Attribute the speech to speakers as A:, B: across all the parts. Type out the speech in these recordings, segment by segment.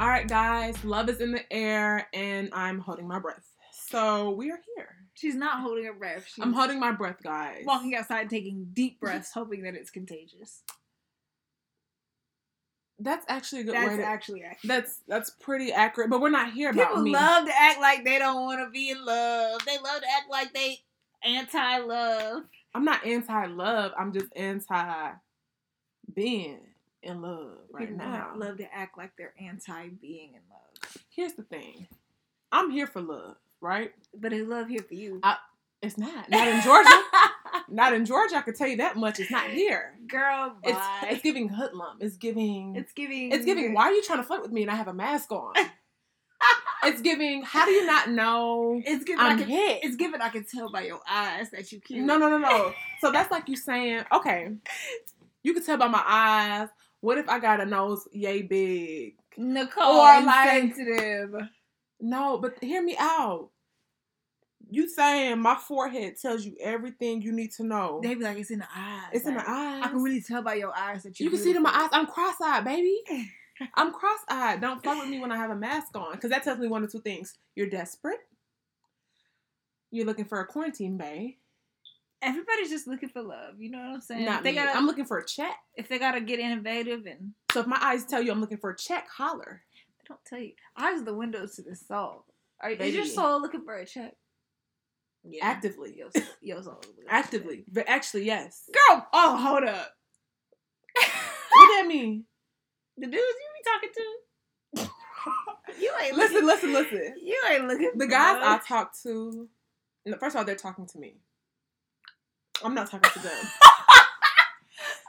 A: right, guys, love is in the air, and I'm holding my breath. So we are here.
B: She's not holding her breath. She's
A: I'm holding my breath, guys.
B: walking outside, taking deep breaths, hoping that it's contagious.
A: That's actually a good way
B: That's
A: to.
B: actually accurate.
A: that's that's pretty accurate, but we're not here about
B: People
A: me.
B: love to act like they don't want to be in love. They love to act like they anti-love.
A: I'm not anti love. I'm just anti being in love right
B: People
A: now.
B: love to act like they're anti-being in love.
A: Here's the thing. I'm here for love, right?
B: But is love here for you?
A: I- It's not. Not in Georgia. not in Georgia. I could tell you that much. It's not here.
B: Girl,
A: It's
B: bye.
A: it's giving hoodlum. It's giving.
B: It's giving.
A: It's giving. Why are you trying to flirt with me and I have a mask on? it's giving. How do you not know
B: It's giving. I
A: I'm
B: can,
A: hit?
B: it's giving. I can tell by your eyes that you cute.
A: No, no, no, no. So that's like you saying, okay, you can tell by my eyes. What if I got a nose yay big?
B: Nicole,
A: Or
B: or
A: like-
B: sensitive.
A: No, but hear me out. You saying my forehead tells you everything you need to know.
B: They be like, it's in the eyes.
A: It's in the
B: Like,
A: eyes.
B: I can really tell by your eyes that you.
A: you can see it in my
B: beautiful.
A: eyes. I'm cross-eyed, baby. I'm cross-eyed. Don't flirt with me when I have a mask on, because that tells me one of two things: you're desperate, you're looking for a quarantine bay.
B: Everybody's just looking for love. You know what I'm saying?
A: Not
B: if they
A: me.
B: gotta,
A: I'm looking for a check.
B: if they gotta get innovative and
A: So if my eyes tell you I'm looking for a check, holler.
B: they don't tell you, eyes are the windows to the soul. Are, is your
A: Baby.
B: soul looking for a check? Yeah.
A: Actively,
B: Your, your soul. looking for a
A: actively, but actually, yes.
B: check. Girl, oh hold up.
A: What that mean?
B: the dudes you be talking to. you ain't
A: Listen,
B: looking,
A: listen, listen.
B: You ain't looking.
A: The
B: for
A: guys I
B: love.
A: talk to, no, first of all, they're talking to me. I'm not talking to them.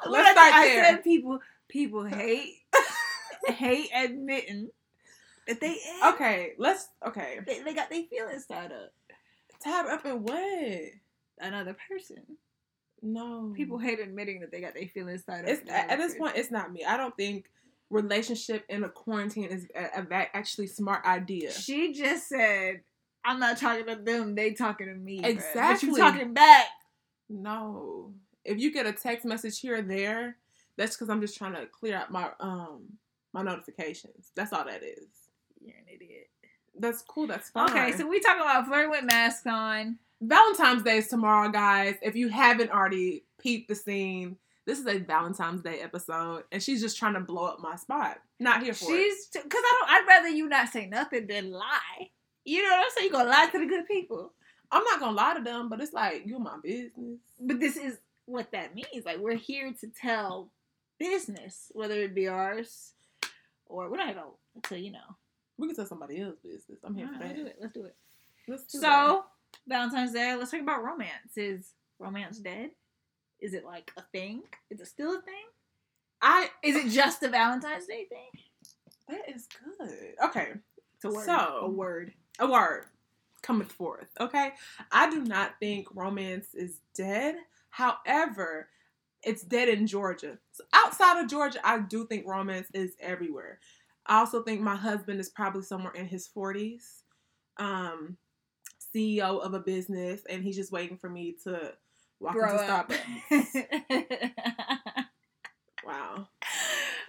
B: What
A: Let's
B: I,
A: start
B: I
A: there.
B: said people people hate hate admitting that they am.
A: Okay, let's. Okay,
B: They, they got their feelings tied up.
A: tied up in what?
B: Another person.
A: No,
B: People hate admitting that they got their feelings tied up.
A: Mm. It's
B: in
A: at,
B: another
A: at this
B: person.
A: point, it's not me. I don't think relationship in a quarantine is a, a, va- actually smart idea.
B: She just said, "I'm not talking to them. They talking to me." bruh." But
A: Exactly.
B: you talking back.
A: No, if you get a text message here or there, that's because I'm just trying to clear out my um my notifications. That's all that is.
B: You're an idiot.
A: That's cool. That's fine.
B: Okay, so we talking about flirting with masks on.
A: Valentine's Day is tomorrow, guys. If you haven't already peeped the scene, this is a Valentine's Day episode, and she's just trying to blow up my spot. Not here for it.
B: She's because I don't. I'd rather you not say nothing than lie. You know what I'm saying? You gonna lie to the good people.
A: I'm not gonna lie to them, but it's like you my business.
B: But this is what that means. Like we're here to tell business, whether it be ours or we're not gonna until you know.
A: We can tell somebody else's business. I'm here
B: All
A: for
B: right, let's do
A: that.
B: it. Let's do it.
A: Let's do that.
B: So Valentine's Day. Let's talk about romance. Is romance dead? Is it like a thing? Is it still a thing?
A: I
B: Is it just a Valentine's Day thing?
A: that is good. Okay,
B: It's a word.
A: So-
B: a word.
A: a word cometh forth. Okay, I do not think romance is dead. However, it's dead in Georgia. So outside of Georgia, I do think romance is everywhere. I also think my husband is probably somewhere in his 40s, um, CEO of a business, and he's just waiting for me to walk
B: Grow
A: into
B: up.
A: Starbucks. wow,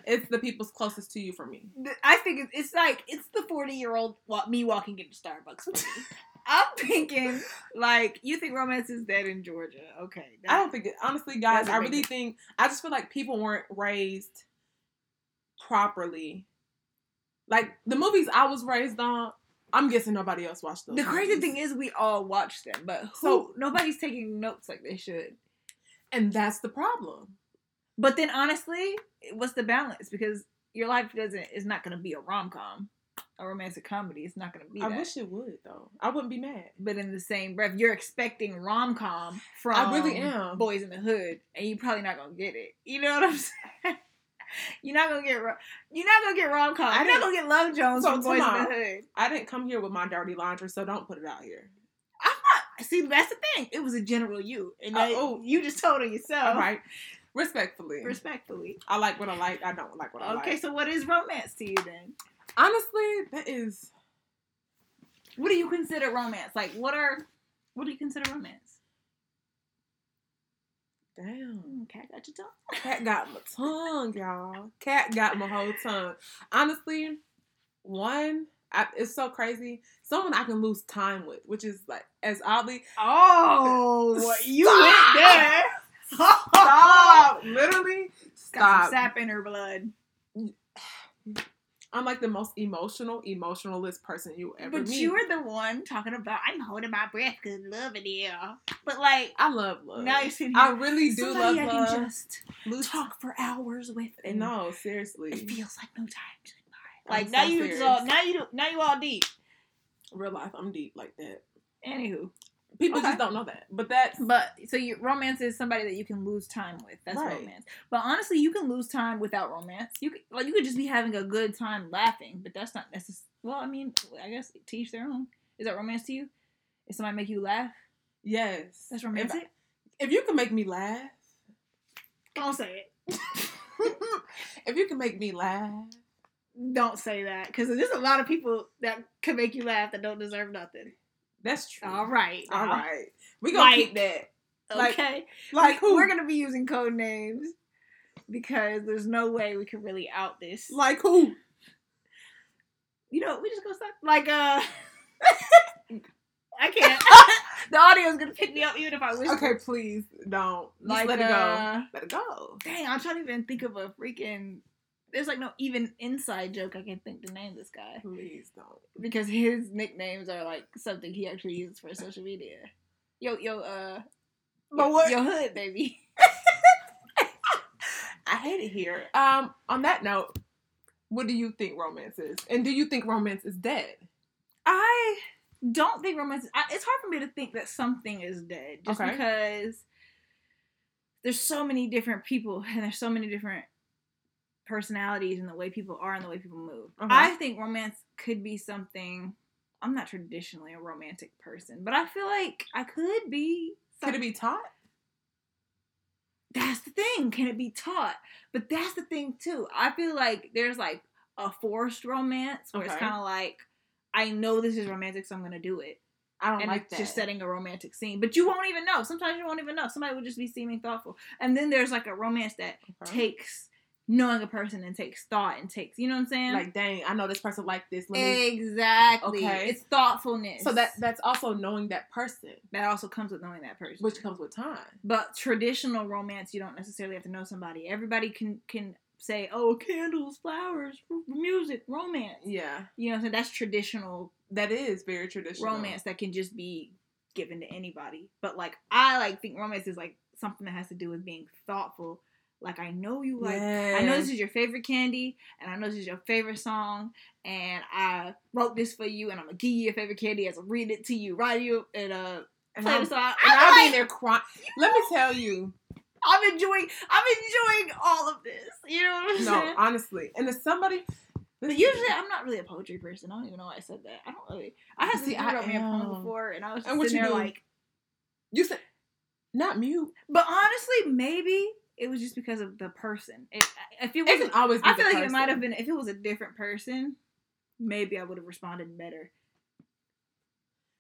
A: it's the people's closest to you for me.
B: I think it's, it's like it's the forty year old wa- me walking into Starbucks. with you. I'm thinking like you think romance is dead in Georgia? Okay,
A: I don't think it, honestly, guys.
B: Doesn't
A: I
B: make
A: really
B: it-
A: think I just feel like people weren't raised properly. Like the movies I was raised on, I'm guessing nobody else watched those.
B: The crazy
A: movies.
B: thing is, we all watch them, but who?
A: So-
B: nobody's taking notes like they should.
A: and that's the problem.
B: But then, honestly, what's the balance? Because your life doesn't is not going to be a rom com, a romantic comedy. It's not going to be
A: I
B: that.
A: wish it would though. I wouldn't be mad.
B: but in the same breath, you're expecting rom com from
A: I really am.
B: Boys in the Hood, and you're probably not gonna get it. You know what I'm saying? you're not gonna get ro- you're not gonna get rom com.
A: I
B: You're not gonna get Love Jones
A: So
B: from Boys in
A: tomorrow-
B: the Hood.
A: I didn't come here with my dirty laundry, so don't put it out here.
B: I'm not. See, that's the thing. It was a general you, and
A: Uh,
B: that-
A: oh.
B: you just told her yourself.
A: All right, respectfully.
B: Respectfully.
A: I like what I like. I don't like what I
B: Okay,
A: like.
B: so what is romance to you then?
A: Honestly, that is
B: What do you consider romance? Like, what are, what do you consider romance?
A: damn.
B: Okay, I got your
A: Cat got my tongue, y'all. Cat got my whole tongue. Honestly, one. I, it's so crazy. Someone I can lose time with, which is like as oddly
B: Oh, you
A: Stop!
B: went there.
A: stop, literally
B: Got some
A: stop.
B: sap in her blood.
A: I'm like the most emotional, emotionalist person you ever
B: but
A: meet.
B: you were the one talking about I'm holding my breath because love it here. But like
A: I love love.
B: now you're sitting
A: I
B: here.
A: really do love
B: somebody I can
A: love.
B: just
A: Lose
B: talk for hours with. And
A: No,
B: it
A: seriously.
B: feels like no time. She's
A: I'm
B: Like, all right. like now
A: so
B: you
A: serious.
B: all, now you now you all deep.
A: Real life, I'm deep like that.
B: Anywho,
A: People
B: Okay.
A: just don't know that. But that's
B: but so your romance is somebody that you can lose time with. That's
A: Right.
B: romance. But honestly, you can lose time without romance. You could, like you could just be having a good time laughing, but that's not necessary. Well, I mean, I guess to each their own. Is that romance to you? If somebody make you laugh,
A: yes.
B: that's
A: If I-
B: romantic.
A: If, you can make me laugh,
B: Don't say it.
A: if you can make me laugh,
B: Don't say that because there's a lot of people that could make you laugh that don't deserve nothing.
A: that's true.
B: All right.
A: All
B: now.
A: right. We gonna keep that. Like-
B: Okay.
A: Like who?
B: We're gonna be using code names because there's no way we can really out this.
A: like who?
B: you know, we just gonna stop. Like, uh, I can't. the audio is gonna pick me up even if I wish.
A: Okay, please don't. Just
B: Like,
A: let it go.
B: uh,
A: let it go.
B: Dang, I'm trying to even think of a freaking. There's like no even inside joke I can think to name this guy
A: Please don't.
B: because his nicknames are like something he actually uses for social media. Yo, yo, uh,
A: But what?
B: yo hood baby.
A: I hate it here. Um. On that note, what do you think romance is? And do you think romance is dead?
B: I don't think romance. I, it's hard for me to think that something is dead just
A: Okay.
B: because there's so many different people and there's so many different personalities and the way people are and the way people move.
A: Uh-huh.
B: I think romance could be something. I'm not traditionally a romantic person, but I feel like I could be.
A: Could
B: some-
A: it be taught?
B: that's the thing. Can it be taught? But that's the thing too. I feel like there's like a forced romance where it's
A: Okay.
B: kind of like I know this is romantic, so I'm gonna do it
A: I don't
B: and
A: like
B: it's
A: that.
B: just setting a romantic scene. But you won't even know. Sometimes you won't even know. Somebody will just be seeming thoughtful, and then there's like a romance that
A: Okay.
B: takes knowing a person and takes thought and takes. You know what I'm saying?
A: like, dang, I know this person like this. Let me.
B: exactly.
A: Okay.
B: It's thoughtfulness.
A: So that that's also knowing that person,
B: that also comes with knowing that person.
A: which comes with time.
B: but traditional romance, you don't necessarily have to know somebody. Everybody can can say, "Oh, candles, flowers, r- music, romance."
A: Yeah,
B: You know, what I'm saying that's traditional
A: that is very traditional.
B: romance that can just be given to anybody. But like I like think romance is like something that has to do with being thoughtful. Like I know you like I know this is your favorite candy and I know this is your favorite song and I wrote this for you and I'm gonna give you your favorite candy as I read it to you, write you and uh
A: And
B: play
A: I'm,
B: the song.
A: and I'll be
B: I'm,
A: in
B: like,
A: there crying. Let me tell you.
B: I'm enjoying I'm enjoying all of this. You know what I'm
A: No,
B: saying?
A: honestly, and if somebody,
B: But usually I'm not really a poetry person. I don't even know why I said that. I don't really I had
A: See,
B: somebody
A: I
B: wrote me a poem
A: am.
B: before and I was just
A: And what
B: sitting
A: you
B: there
A: do?
B: like
A: you said not mute.
B: But honestly, maybe it was just because of the person. It, if it
A: It can
B: was,
A: always. Be
B: I feel
A: the
B: like it might have
A: person.
B: been. If it was a different person, maybe I would have responded better.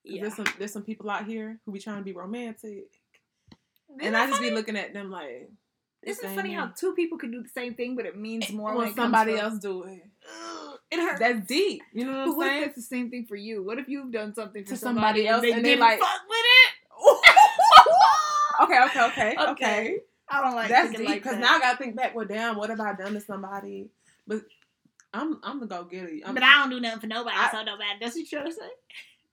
A: 'Cause
B: Yeah.
A: There's some there's some people out here who be trying to be romantic,
B: Isn't
A: and I
B: it
A: just
B: funny?
A: be looking at them like. this
B: Isn't it
A: ain't
B: funny
A: me.
B: how two people could do the same thing, but it means more when,
A: when
B: it comes
A: somebody
B: from-
A: else do it?
B: Ugh, it hurts.
A: That's deep. You know
B: but
A: what
B: what
A: I'm
B: if
A: saying?
B: it's the same thing for you? What if you've done something for
A: To
B: somebody,
A: somebody else
B: and they
A: and they
B: didn't
A: like-
B: fuck with it?
A: Okay, okay, okay,
B: Okay.
A: okay.
B: I don't like
A: That's
B: thinking
A: deep
B: like
A: because
B: that.
A: now I gotta think back. Well, damn, what have I done to somebody? But I'm I'm the go getter.
B: but I don't do nothing for nobody,
A: I-
B: so nobody. That's what you're trying to say.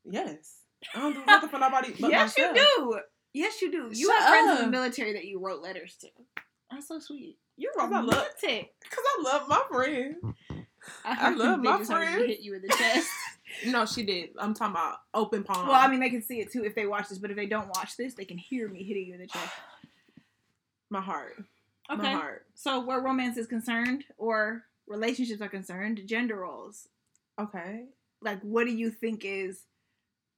A: Yes. I don't do nothing for nobody but
B: yes,
A: myself.
B: you do. Yes, you do. You
A: Shut
B: have friends in
A: up.
B: the military that you wrote letters to. That's so sweet. You're
A: Cause I love-
B: romantic.
A: Because I love my friend. I
B: heard
A: love
B: they
A: my
B: just wanted to
A: friends.
B: Hit you in the chest.
A: No, she did. I'm talking about open palm.
B: well, I mean, they can see it too if they watch this, but if they don't watch this, they can hear me hitting you in the chest.
A: my heart. My
B: Okay.
A: heart.
B: So where romance is concerned, or relationships are concerned, gender roles.
A: Okay.
B: Like, what do you think is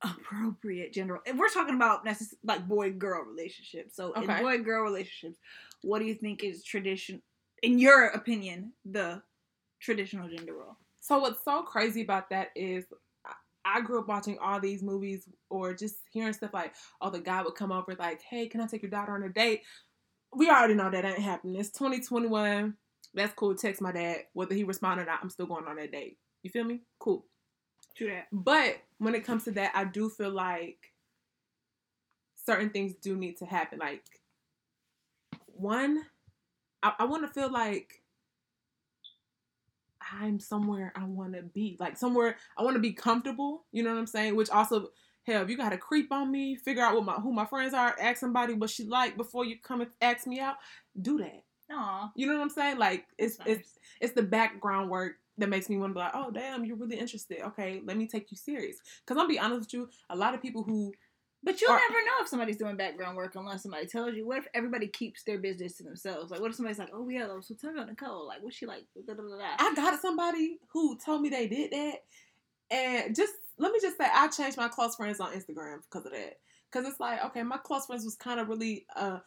B: appropriate gender? If we're talking about necess- like boy girl relationships, so in
A: Okay.
B: boy girl relationships, what do you think is tradition? In your opinion, the traditional gender role.
A: So what's so crazy about that is I- I grew up watching all these movies or just hearing stuff like, oh, the guy would come over like, hey, can I take your daughter on a date? We already know that ain't happening. It's 2021. That's cool. Text my dad. Whether he respond or not, I'm still going on that date. You feel me? Cool.
B: True that.
A: But when it comes to that, I do feel like certain things do need to happen. Like, one, I, I want to feel like I'm somewhere I want to be. Like, somewhere I want to be comfortable. You know what I'm saying? Which also, hell, if you got to creep on me, figure out what my who my friends are, ask somebody what she like before you come and ask me out, do that.
B: Aw.
A: You know what I'm saying? Like, it's,
B: Nice.
A: it's, it's the background work that makes me want to be like, oh damn, you're really interested. Okay, let me take you serious. Cause I'll be honest with you, a lot of people who
B: But you'll
A: Or-
B: never know if somebody's doing background work unless somebody tells you. What if everybody keeps their business to themselves? Like, what if somebody's like, "Oh yeah, so tell me about Nicole. Like, what's she like?" Da, da, da, da.
A: I got somebody who told me they did that, and just let me just say, I changed my close friends on Instagram because of that. Because it's like, okay, my close friends was kind of really, uh,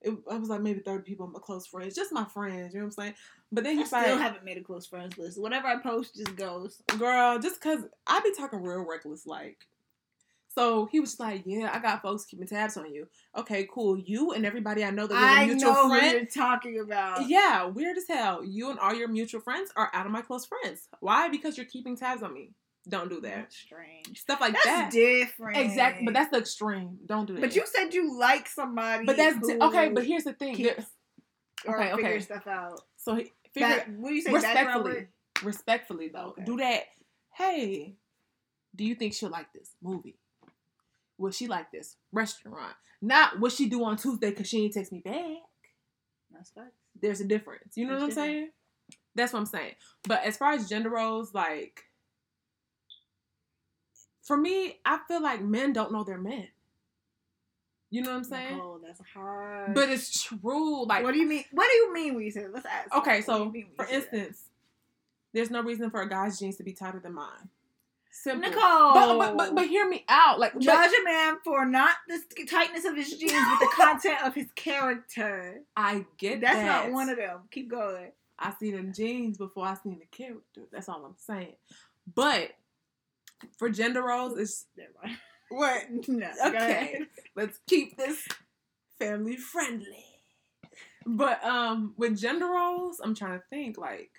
A: it, I was like maybe thirty people, my close friends, just my friends. You know what I'm saying? But then
B: I
A: he's
B: still
A: like,
B: haven't made a close friends list. Whatever I post just goes.
A: girl, just cause I be talking real reckless, like. So he was just like, yeah, I got folks keeping tabs on you. Okay, cool. You and everybody I know that was a
B: I
A: mutual
B: know what
A: friend.
B: you're talking about.
A: Yeah, weird as hell. You and all your mutual friends are out of my close friends. Why? Because you're keeping tabs on me. Don't do that.
B: That's strange.
A: Stuff like
B: That's
A: that.
B: different.
A: Exactly, but that's the extreme. Don't do that.
B: But you said you like somebody.
A: But that's di-
B: who
A: okay. But here's the thing.
B: keeps or
A: okay, okay.
B: figures stuff out.
A: So he- figure
B: Back, what do you say? background
A: respectfully,
B: work?
A: respectfully though,
B: Okay.
A: do that. Hey, do you think she'll like this movie? Will she like this restaurant? Not what she do on Tuesday because she ain't text me back.
B: That's facts.
A: there's a difference. You know
B: There's
A: what I'm
B: difference.
A: saying? That's what I'm saying. But as far as gender roles, like for me, I feel like men don't know they're men. You know what I'm saying?
B: Nicole, Oh, that's hard.
A: But it's true. Like
B: what do you mean? What do you mean when you say that? Let's ask.
A: okay,
B: What do you
A: so
B: mean when you
A: for
B: say that?
A: instance, there's no reason for a guy's jeans to be tighter than mine. Simple.
B: Nicole,
A: But, but but but hear me out. Like but-
B: judge a man for not the tightness of his jeans, but the content of his character.
A: I get
B: That's
A: that.
B: not one of them. Keep going.
A: I seen them jeans before I seen the character. That's all I'm saying. But for gender roles, it's
B: Never mind.
A: what
B: No. go
A: Okay.
B: ahead.
A: let's keep this family friendly. But um with gender roles, I'm trying to think like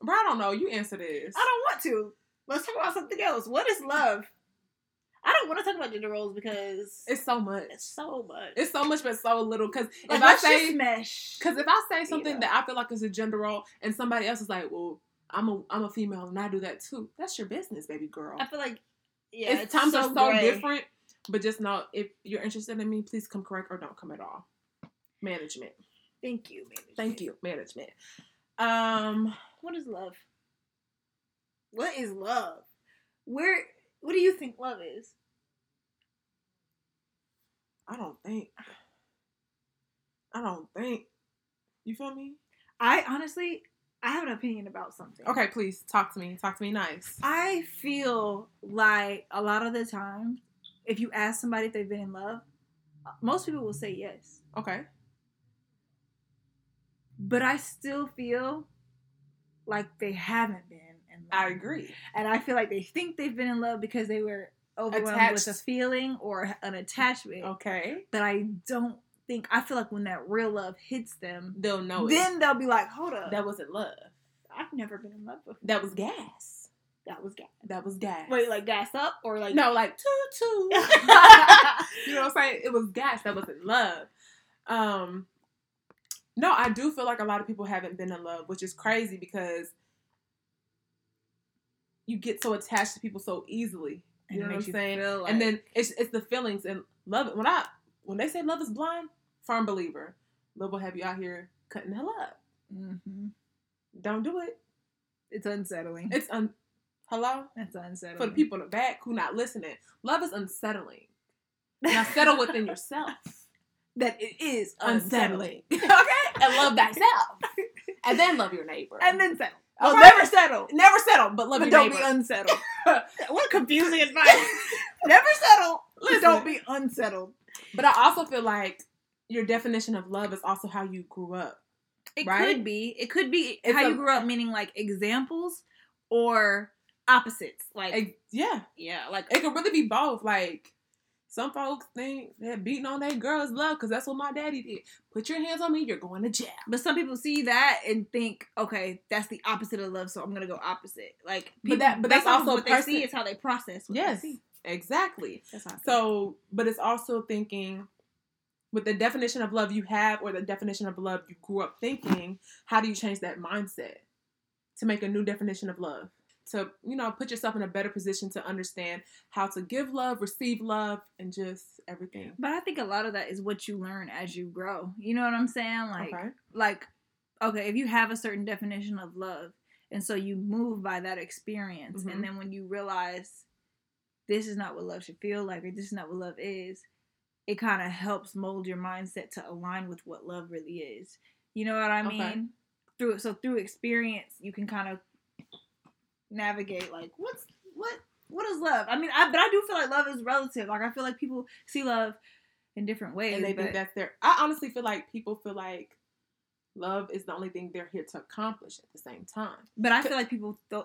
A: Bro, I don't know. You answer this.
B: I don't want to. Let's talk about something else. What is love? I don't want to talk about gender roles because it's,
A: It's so much.
B: so much.
A: It's so much, but so little. Cause
B: Like,
A: if I
B: let's
A: say,
B: just mesh.
A: cause if I say something
B: Yeah.
A: that I feel like is a gender role, and somebody else is like, "Well, I'm a I'm a female and I do that too," that's your business, baby girl.
B: I feel like yeah,
A: it's,
B: it's
A: times are so
B: gray.
A: different. But just know if you're interested in me, please come correct or don't come at all. Management.
B: Thank you, baby.
A: Thank you, management. Um,
B: What is love? What is love? Where? What do you think love is?
A: I don't think. I don't think. You feel me?
B: I honestly, I have an opinion about something.
A: Okay, please talk to me. Talk to me nice.
B: I feel like a lot of the time, if you ask somebody if they've been in love, most people will say yes.
A: Okay.
B: But I still feel like they haven't been in love.
A: I agree.
B: And I feel like they think they've been in love because they were overwhelmed with a
A: Attached.
B: feeling or an attachment.
A: Okay.
B: But I don't think, I feel like when that real love hits them,
A: They'll know
B: then they'll be like, hold up.
A: it. That wasn't love.
B: I've never been in love before.
A: That was gas.
B: That was gas.
A: That was gas.
B: Wait, like gas up or like.
A: no, like toot toot. you know what I'm saying? It was gas. That wasn't love. Um, no, I do feel like a lot of people haven't been in love, which is crazy because you get so attached to people so easily. You
B: And it
A: know what
B: makes
A: I'm
B: you
A: saying?
B: feel
A: and
B: like-
A: then it's it's the feelings and love. When I when they say love is blind, firm believer. Love will have you out here cutting the hell up.
B: Mhm.
A: Don't do it.
B: It's unsettling.
A: It's un. Hello
B: That's unsettling.
A: for the people in the back who not listening. Love is unsettling. Now settle within yourself.
B: that it is
A: Unsettling.
B: unsettling.
A: okay, and love thyself, and then love your neighbor,
B: And then settle.
A: All
B: Well,
A: right.
B: never settle.
A: never settle, but love
B: But
A: your
B: don't
A: neighbor.
B: be unsettled. what confusing advice. never settle.
A: Listen.
B: Listen. Don't be unsettled.
A: but I also feel like your definition of love is also how you grew up.
B: It
A: Right?
B: could be. It could be
A: It's
B: how
A: a-
B: you grew up, meaning like examples or opposites. Like
A: It, yeah,
B: yeah, like
A: it could really be both. Like Some folks think that beating on that girl is love because that's what my daddy did. Put your hands on me, you're going to jail.
B: But some people see that and think, okay, that's the opposite of love, so I'm gonna go opposite. Like, people,
A: But that- but that's
B: based off of
A: also
B: what
A: person-
B: they see is how they process. What they
A: Yes,
B: see.
A: exactly.
B: that's how I feel.
A: So, but it's also thinking with the definition of love you have or the definition of love you grew up thinking, how do you change that mindset to make a new definition of love? To, you know, put yourself in a better position to understand how to give love, receive love, and just everything.
B: But I think a lot of that is what you learn as you grow. You know what I'm saying? Like,
A: okay.
B: like, okay, if you have a certain definition of love, and so you move by that experience,
A: Mhm.
B: and then when you realize this is not what love should feel like, or this is not what love is, it kind of helps mold your mindset to align with what love really is. You know what I
A: Okay.
B: mean? Through so through experience, you can kind of navigate like what's what what is love? I mean, I but I do feel like love is relative. Like I feel like people see love in different ways.
A: and they
B: but,
A: think that's their. I honestly feel like people feel like love is the only thing they're here to accomplish at the same time.
B: But I feel like people th-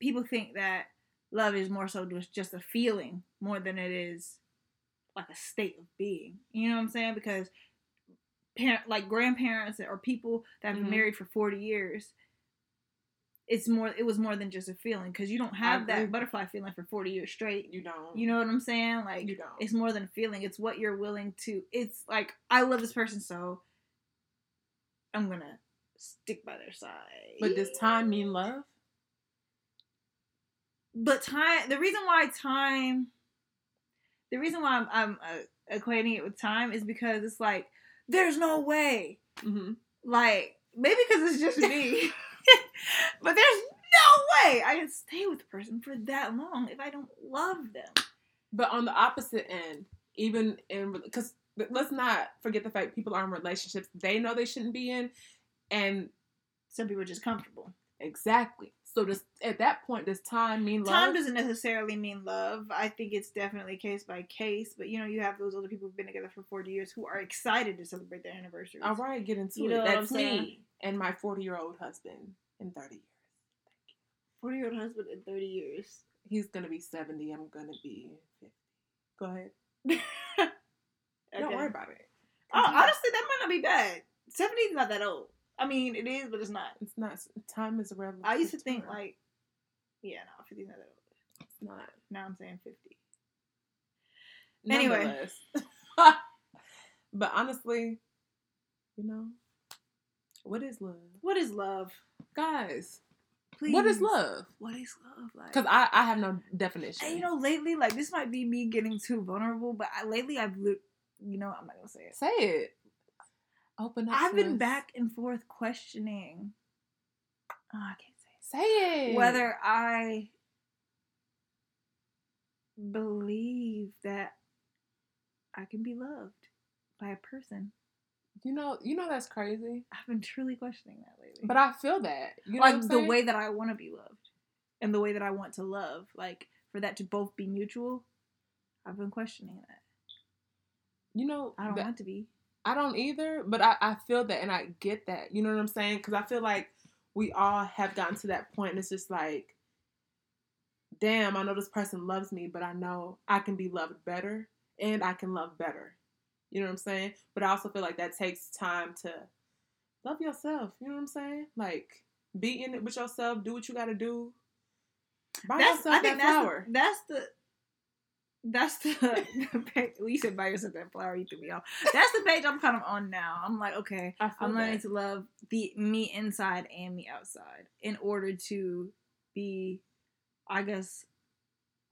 B: people think that love is more so just just a feeling more than it is like a state of being. You know what I'm saying? Because parent like grandparents or people that have
A: Mhm.
B: been married for 40 years it's more it was more than just a feeling because you don't
A: I
B: have
A: agree.
B: that butterfly feeling for 40 years straight.
A: You don't.
B: You know what I'm saying? Like
A: You don't.
B: it's more than a feeling. It's what you're willing to. It's like I love this person, so I'm gonna stick by their side.
A: but does time mean love?
B: But time. The reason why time. The reason why I'm, I'm uh, equating it with time is because it's like there's no way.
A: Mm-hmm.
B: Like maybe because it's just me. but there's no way I can stay with a person for that long if I don't love them.
A: But on the opposite end, even in because let's not forget the fact people are in relationships they know they shouldn't be in, and
B: Some people are just comfortable.
A: exactly. So does at that point does time mean love?
B: Time doesn't necessarily mean love. I think it's definitely case by case, but you know, you have those other people who've been together for 40 years who are excited to celebrate their anniversary.
A: All right, get into
B: You
A: it.
B: know what I'm
A: That's me
B: saying?
A: and my forty-year-old husband in thirty years.
B: 40 year old husband in 30 years.
A: He's gonna be seventy. I'm gonna be fifty. Go ahead. Don't
B: Okay.
A: worry about it.
B: Oh, honestly, that might not be bad. 70 is not that old. I mean, it is, but it's not.
A: It's not. Time is irrelevant.
B: I used to think,
A: term.
B: like, yeah, no, 50 is not that old.
A: It's not.
B: Now I'm saying 50. Anyway.
A: Nonetheless. but honestly, you know, what is love,
B: What is love?
A: guys?
B: Please.
A: What is love?
B: What is love? Like,
A: Because I I have no
B: And,
A: definition.
B: you know, lately, like this might be me getting too vulnerable, but I, lately I've, li- you know, I'm not gonna say it.
A: Say it. Open up.
B: I've been
A: sis.
B: back and forth questioning. Oh, I can't say
A: Say it.
B: it. whether I believe that I can be loved by a person.
A: you know you know that's crazy.
B: I've been truly questioning that lately.
A: But I feel that you know what
B: like
A: I'm
B: Mm. the
A: saying?
B: way that I want to be loved, and the way that I want to love, like for that to both be mutual. I've been questioning that.
A: you know
B: I don't
A: the-
B: want to be.
A: I don't either, but I, I feel that and I get that. You know what I'm saying? Because I feel like we all have gotten to that point, and it's just like, damn, I know this person loves me, but I know I can be loved better and I can love better. You know what I'm saying? But I also feel like that takes time to love yourself. You know what I'm saying? Like, be in it with yourself, do what you got to do. Buy yourself that flower.
B: that's the that's the, that's the, the page. Well, you said buy yourself that flower. You threw me off. That's the page I'm kind of on now. I'm like, okay,
A: I feel
B: I'm learning
A: that.
B: to love the me inside and me outside in order to be, I guess,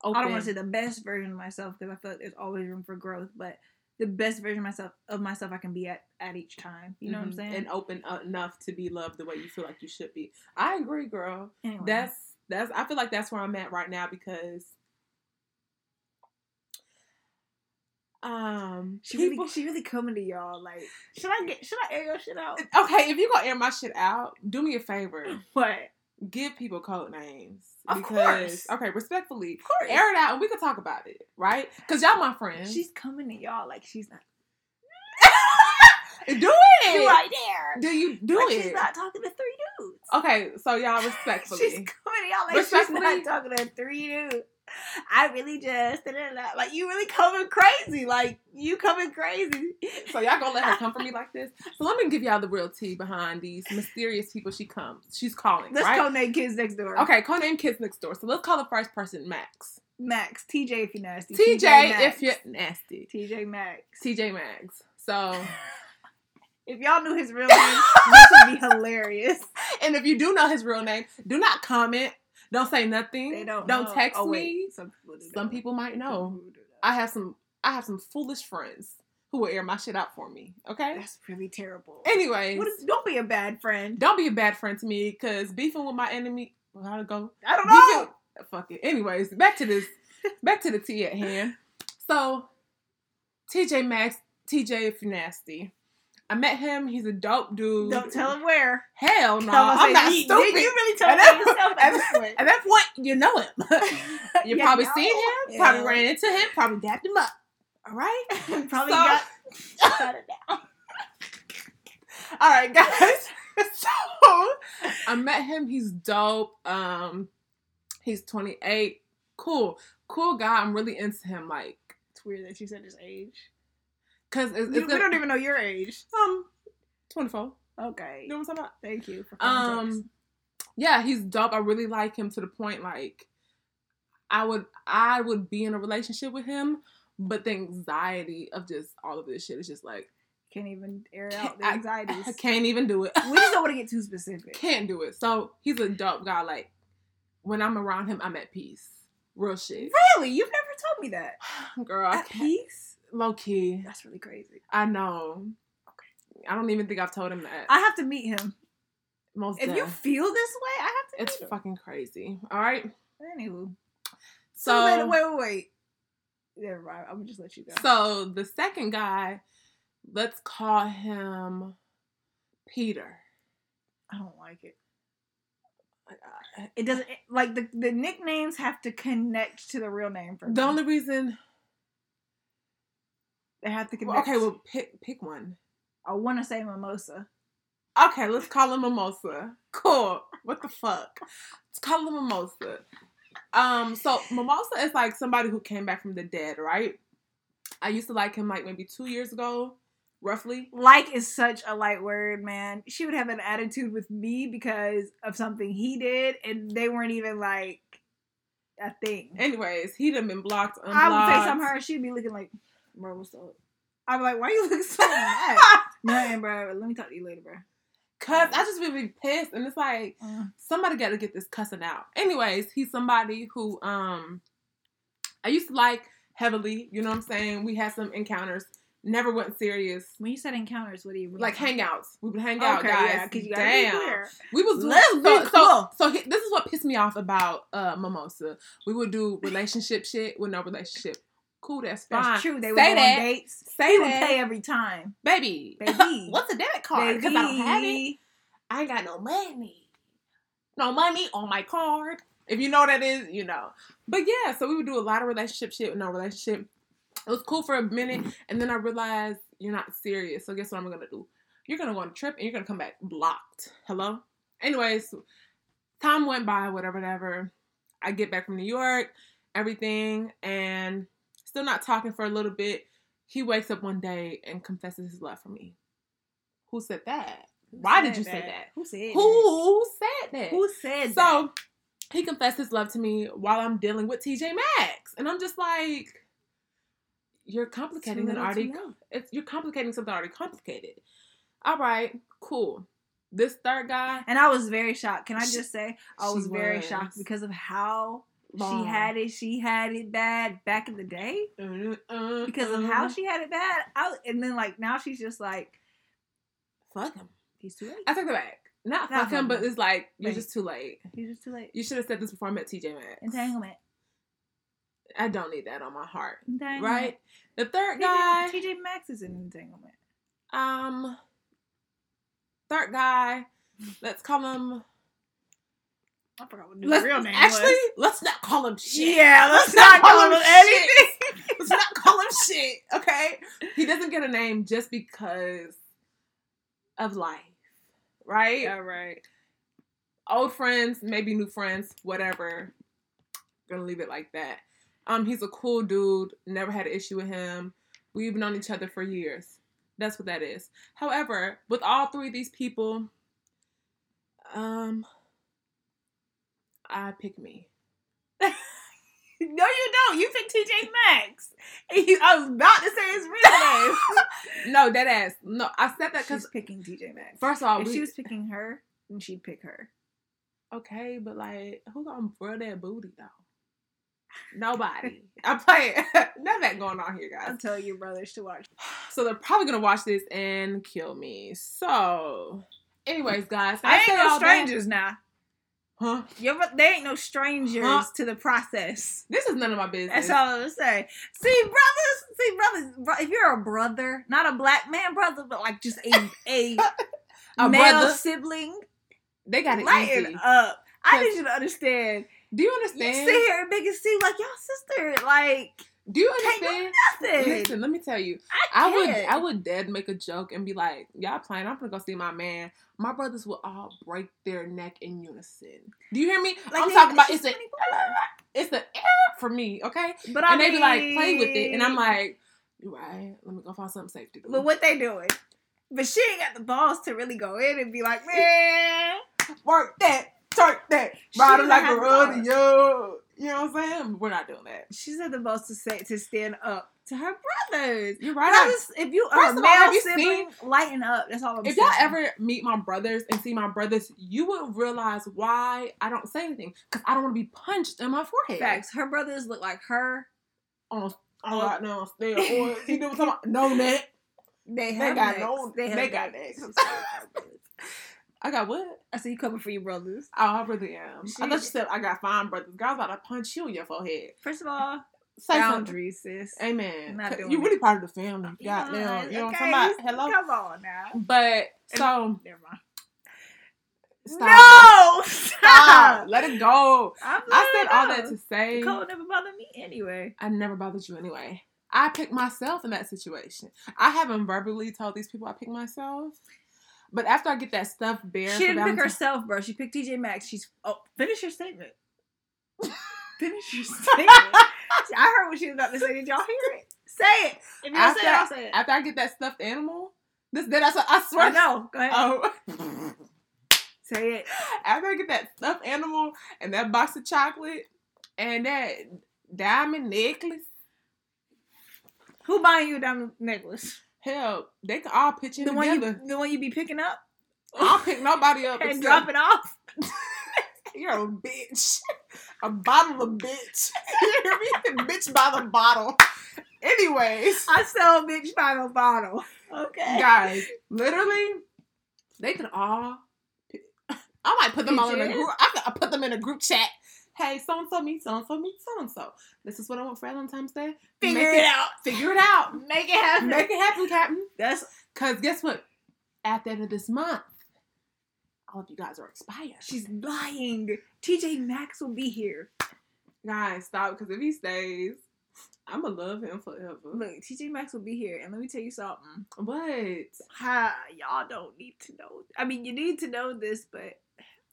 B: I don't want to say
A: Open.
B: the best version of myself because I feel like there's always room for growth, but the best version of myself of myself I can be at at each time. You know what I'm
A: Mhm.
B: saying?
A: And open enough to be loved the way you feel like you should be. I agree, girl.
B: anyway,
A: that's that's i feel like that's where i'm at right now because um
B: she
A: people
B: really she really coming to y'all. Like, should I get should I air your shit out?
A: okay if you're gonna air my shit out do me a favor
B: What?
A: give people code names
B: Mm. Of
A: because-
B: course.
A: okay respectfully
B: Of course.
A: air it out and we can talk about it right because y'all my friends
B: She's coming to y'all like she's not
A: do it
B: You right there.
A: do you do
B: like
A: it
B: She's not talking to three dudes.
A: okay so y'all
B: She's
A: respectfully
B: coming to y'all like
A: Respectfully.
B: she's not talking to three dudes. I really just da-da-da. like you really coming crazy. Like you coming crazy.
A: So y'all gonna let her come for me like this? So let me give y'all the real tea behind these mysterious people she comes. She's calling.
B: Let's
A: right?
B: call name kids next door.
A: Okay, call name kids next door. So let's call the first person Max.
B: Max, TJ if you're nasty.
A: TJ,
B: Maxx.
A: if you're nasty.
B: TJ Max.
A: TJ Max. So
B: If y'all knew his real name, this would be hilarious.
A: and if you do know his real name, do not comment. Don't say nothing.
B: They don't
A: Don't
B: know.
A: text
B: Oh, wait,
A: me.
B: Some people do
A: Some
B: that.
A: people might know.
B: Some people do that.
A: I have some I have some foolish friends who will air my shit out for me. Okay?
B: That's really terrible.
A: Anyways,
B: What is, don't be a bad friend.
A: don't be a bad friend to me because beefing with my enemy well, how to go.
B: I don't know.
A: Beefing, fuck it. Anyways, back to this back to the tea at hand. So TJ Maxx, TJ if you're nasty. I met him, he's a dope dude.
B: Don't tell him where.
A: Hell no,
B: Tell him I
A: I'm not
B: said, "You-
A: stupid.
B: Did you really tell him
A: And
B: about
A: that-
B: yourself at
A: and
B: this point?
A: At that point, you know him. you
B: You
A: probably
B: know
A: seen him,
B: him.
A: probably ran into him, probably dapped him up. All right?
B: Probably
A: So-
B: got got it down.
A: All right, guys. so I met him. He's dope. Um, he's 28. Cool, cool guy. I'm really into him. Like,
B: It's weird that you said his age.
A: cause it's, it's
B: You- we
A: gonna-
B: don't even know your age.
A: um 24.
B: Okay.
A: You know what I'm talking about?
B: Thank you. For
A: Um, yeah, he's dope. I really like him to the point like I would I would be in a relationship with him, but the anxiety of just all of this shit is just like
B: can't even air out the
A: I-
B: anxieties.
A: I can't even do it.
B: we just don't want to get too specific.
A: can't do it. So he's a dope guy. Like when I'm around him, I'm at peace. Real shit,
B: Really, you've never told me that.
A: girl. I
B: At
A: can't.
B: peace.
A: Low key,
B: That's really crazy.
A: I know. I don't even think I've told him that.
B: I have to meet him.
A: Most
B: If you
A: deaf.
B: feel this way, I have to.
A: it's
B: meet him.
A: fucking crazy. All right.
B: Anywho, so,
A: So
B: wait, wait, wait, wait. Never mind. I'm gonna just let you go.
A: so the second guy, let's call him Peter.
B: I don't like it. It doesn't it- like the the nicknames have to connect to the real name for me.
A: The only reason,
B: they have to
A: well,
B: connect.
A: okay, well pick pick one.
B: I want to say mimosa.
A: Okay, let's call him Mimosa. Cool. What the fuck? Let's call him Mimosa. Um, so Mimosa is like somebody who came back from the dead, right? I used to like him like maybe two years ago, roughly.
B: Like is such a light word, man. She would have an attitude with me because of something he did, and they weren't even like a thing.
A: Anyways, he'd have been blocked, unblocked.
B: I would say something to her, she'd be looking like, bro, what's up? I'm like, why you look so mad? Nothing, bro. Let me talk to you later, bro.
A: Cause I just would be pissed, and it's like
B: Mm.
A: somebody got to get this cussing out. Anyways, he's somebody who um I used to like heavily. You know what I'm saying? We had some encounters. Never went serious.
B: When you said encounters, what do you mean?
A: Like hangouts. We would hang out, guys.
B: because you gotta
A: Damn.
B: be clear.
A: We was
B: Let's
A: doing-
B: be
A: so, so,
B: cool.
A: so he- this is what pissed me off about uh Mimosa. We would do relationship shit with no relationship. Cool, that's fine.
B: That's true. They
A: Say
B: would go
A: that.
B: on dates.
A: Say
B: He would
A: that,
B: pay every time,
A: baby.
B: baby.
A: a debit
B: Baby.
A: I ain't got no money. No money on my card. If you know what that is, you know. But yeah, so we would do a lot of relationship shit with no relationship. It was cool for a minute, and then I realized you're not serious. So guess what I'm gonna do? You're gonna go on a trip and you're gonna come back blocked. Hello? Anyways, time went by, whatever, whatever. I get back from New York, everything, and still not talking for a little bit. He wakes up one day and confesses his love for me. Who said that?
B: Who
A: Why did
B: said
A: you say that?
B: Who said that?
A: Who said that?
B: Who said
A: so
B: that?
A: he confessed his love to me while I'm dealing with TJ Maxx, and I'm just like, you're complicating an already. It's, you're complicating something already complicated. All right, cool. This third guy,
B: And I was very shocked. Can I
A: She-
B: just say I
A: she
B: was very
A: was.
B: shocked because of how
A: long.
B: she had it. She had it bad back in the day.
A: Mm-mm-mm.
B: because of how
A: Mm-hmm.
B: she had it bad. I, and then like now she's just like
A: fuck him.
B: he's too late.
A: I take it back. Not
B: Not
A: fuck him,
B: him.
A: but it's like you're
B: Wait.
A: just too late.
B: He's just too late.
A: You should have said this before I met TJ Maxx.
B: Entanglement.
A: I don't need that on my heart,
B: Entanglement.
A: right? The third guy,
B: TJ, TJ Maxx is an entanglement.
A: Um, third guy.
B: Mm.
A: Let's call him.
B: I forgot what
A: Let's, actually, let's not call him shit.
B: Yeah, let's not call him anything.
A: shit. Let's not call him shit. Okay, he doesn't get a name just because of life, right?
B: right.
A: Old friends, maybe new friends, whatever. gonna leave it like that. Um, he's a cool dude. Never had an issue with him. We've known each other for years. That's what that is. However, with all three of these people, um, I pick me.
B: No, you don't. You picked TJ Maxx. And you- I was about to say his real name.
A: No, that ass. No, I said that because
B: She's picking TJ Maxx.
A: first of all,
B: if
A: we,
B: she was picking her, then she'd pick her.
A: okay, but like, who gonna rub that booty though? Nobody. I'm playing. Nothing going on here, guys.
B: I'll tell your brothers to watch.
A: So they're probably gonna watch this and kill me. So, anyways, guys,
B: I ain't
A: said
B: no
A: all that-
B: strangers now.
A: Huh?
B: You're, but they ain't no strangers
A: Huh?
B: to the process.
A: This is none of my business.
B: That's all I'm saying. See, brothers, see, brothers, bro, if you're a brother, not a black man brother, but like just a, a,
A: A
B: male
A: brother.
B: sibling,
A: they got it
B: lighten
A: easy.
B: up. I
A: Cause-
B: need you to understand.
A: Do you
B: You
A: understand?
B: sit here and make it seem like y'all sister, like
A: do you
B: can't do
A: understand?
B: nothing.
A: Listen, let me tell you.
B: I
A: I would I
B: would.
A: would dead make a joke and be like, Y'all playing, I'm gonna go see my man. My brothers will all break their neck in unison. Do you hear me? I'm talking about it's an it's an error for me, okay?
B: But
A: and they be like, play with it. And I'm like, you right, let me go find something safe to do.
B: but what they doing? But she ain't got the balls to really go in and be like, man.
A: work that, twerk that,
B: She
A: ride it
B: doesn't
A: like a
B: have the
A: rodeo. You know what I'm saying? We're not doing that.
B: She's not the balls to say to stand up to her brothers.
A: You're
B: Brothers, if you
A: First
B: are a
A: of all,
B: male
A: have you
B: sibling, lighten up. That's all I'm
A: If
B: saying.
A: y'all ever meet my brothers and see my brothers, you would realize why I don't say anything because I don't want to be punched in my forehead.
B: facts, her brothers look like her.
A: On all right now, stay on. You know what I'm talking about? No neck.
B: They
A: They
B: have
A: got
B: necks.
A: no-
B: They, have
A: they got
B: necks.
A: necks. I got what?
B: I see you coming for your brothers.
A: Oh, I really am. I thought you
B: She-
A: said I got fine brothers. Girl, I was about to punch you in your forehead.
B: First of all,
A: Say something.
B: boundaries, sis.
A: Amen.
B: Not doing
A: you
B: it.
A: really part of the family.
B: Yeah,
A: God damn. You know what
B: okay,
A: I'm talking about? Hello.
B: Come on now.
A: But so
B: Never mind.
A: stop.
B: No,
A: Stop.
B: stop.
A: Let it go.
B: I'm
A: I said
B: letting
A: all
B: it
A: that
B: go.
A: to say
B: Cole never bothered me anyway.
A: I never bothered you anyway. I picked myself in that situation. I haven't verbally told these people I picked myself. But after I get that stuffed bear,
B: She
A: for
B: didn't pick
A: Valentine's-
B: herself, bro. She picked TJ Maxx. She's oh, finish your statement. finish your statement. I heard what she was about to say. Did y'all hear it? Say it. If you don't say it, I'll say it.
A: after I get that stuffed animal, this then I, s- I
B: I
A: swear.
B: know. Go ahead.
A: Oh,
B: Say it.
A: after I get that stuffed animal and that box of chocolate and that diamond necklace,
B: Who buying you a diamond necklace?
A: hell, they can all pitch in
B: The one
A: together.
B: you, the one you be picking up
A: I'll pick nobody up
B: and
A: except-
B: drop it off.
A: You're a bitch. A bottle of bitch. You hear me? bitch by the bottle. Anyways,
B: I sell a bitch by the bottle. Okay.
A: guys, literally, they can all. I might put them all in a
B: Bitches.
A: group. I could put them in a group chat. Hey, so and so meet so and so meet so and so. This is what I want for Valentine's Day.
B: Figure
A: Make
B: it, out.
A: Figure it out.
B: Make it happen.
A: Make it happen, Captain.
B: That's
A: Cause guess what? At the end of this month, all of you guys are expired.
B: she's lying. TJ Maxx will be here.
A: Guys, stop. Cause if he stays, I'ma love him forever.
B: Look, TJ Maxx will be here, and let me tell you something.
A: What?
B: Ha, y'all don't need to know. I mean, you need to know this, but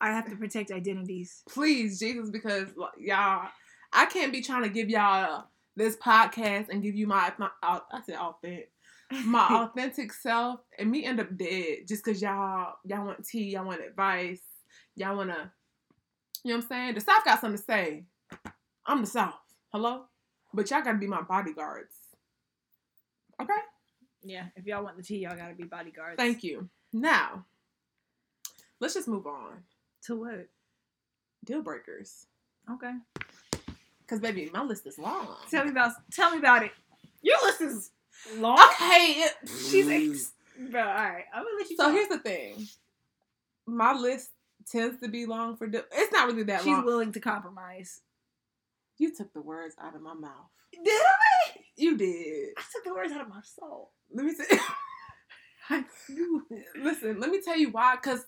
B: I have to protect identities.
A: Please, Jesus, because like, y'all, I can't be trying to give y'all this podcast and give you my, my au- I said authentic, my authentic self, and me end up dead just because y'all y'all want tea, y'all want advice, y'all wanna, you know what I'm saying? The South got something to say. I'm the South. Hello, but y'all gotta be my bodyguards. Okay,
B: yeah, if y'all want the tea, y'all gotta be bodyguards.
A: thank you. Now, let's just move on.
B: To what?
A: Deal breakers,
B: Okay.
A: because baby, my list is long.
B: Tell me about. Tell me about it. Your list is long.
A: Okay. it-
B: She's ex- bro. All right, I'm gonna let you.
A: So
B: talk.
A: here's the thing. My list tends to be long for. Di- it's not really that
B: she's
A: long.
B: willing to compromise.
A: you took the words out of my mouth.
B: Did I?
A: You did.
B: I took the words out of my soul.
A: Let me say. Listen. Let me tell you why. Cause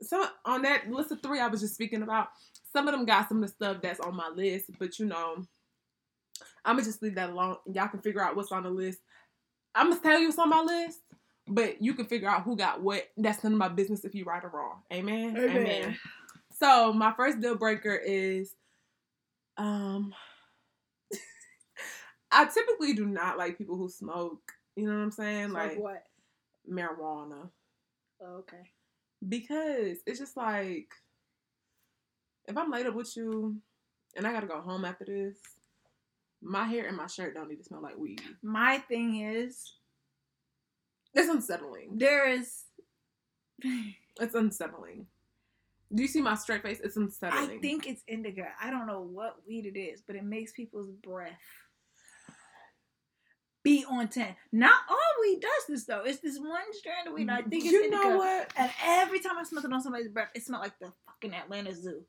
A: some on that list of three I was just speaking about. Some of them got some of the stuff that's on my list, but you know, I'm gonna just leave that alone. Y'all can figure out what's on the list. I'm gonna tell you what's on my list, but you can figure out who got what. That's none of my business if you right or wrong. Amen.
B: Amen.
A: So my first deal breaker is Um, I typically do not like people who smoke. You know what I'm saying?
B: Like,
A: Like,
B: what?
A: marijuana
B: Oh, okay.
A: because it's just like if I'm laid up with you and I gotta go home after this, my hair and my shirt don't need to smell like weed.
B: My thing is
A: It's unsettling.
B: there is.
A: It's unsettling. Do you see my straight face? It's unsettling.
B: I think it's indica. I don't know what weed it is, but it makes people's breath be on ten. Not all weed does this though. It's this one strand of weed. and I think it's
A: you
B: indica.
A: know what?
B: And every time I smelled it on somebody's breath, it smelled like the fucking Atlanta Zoo.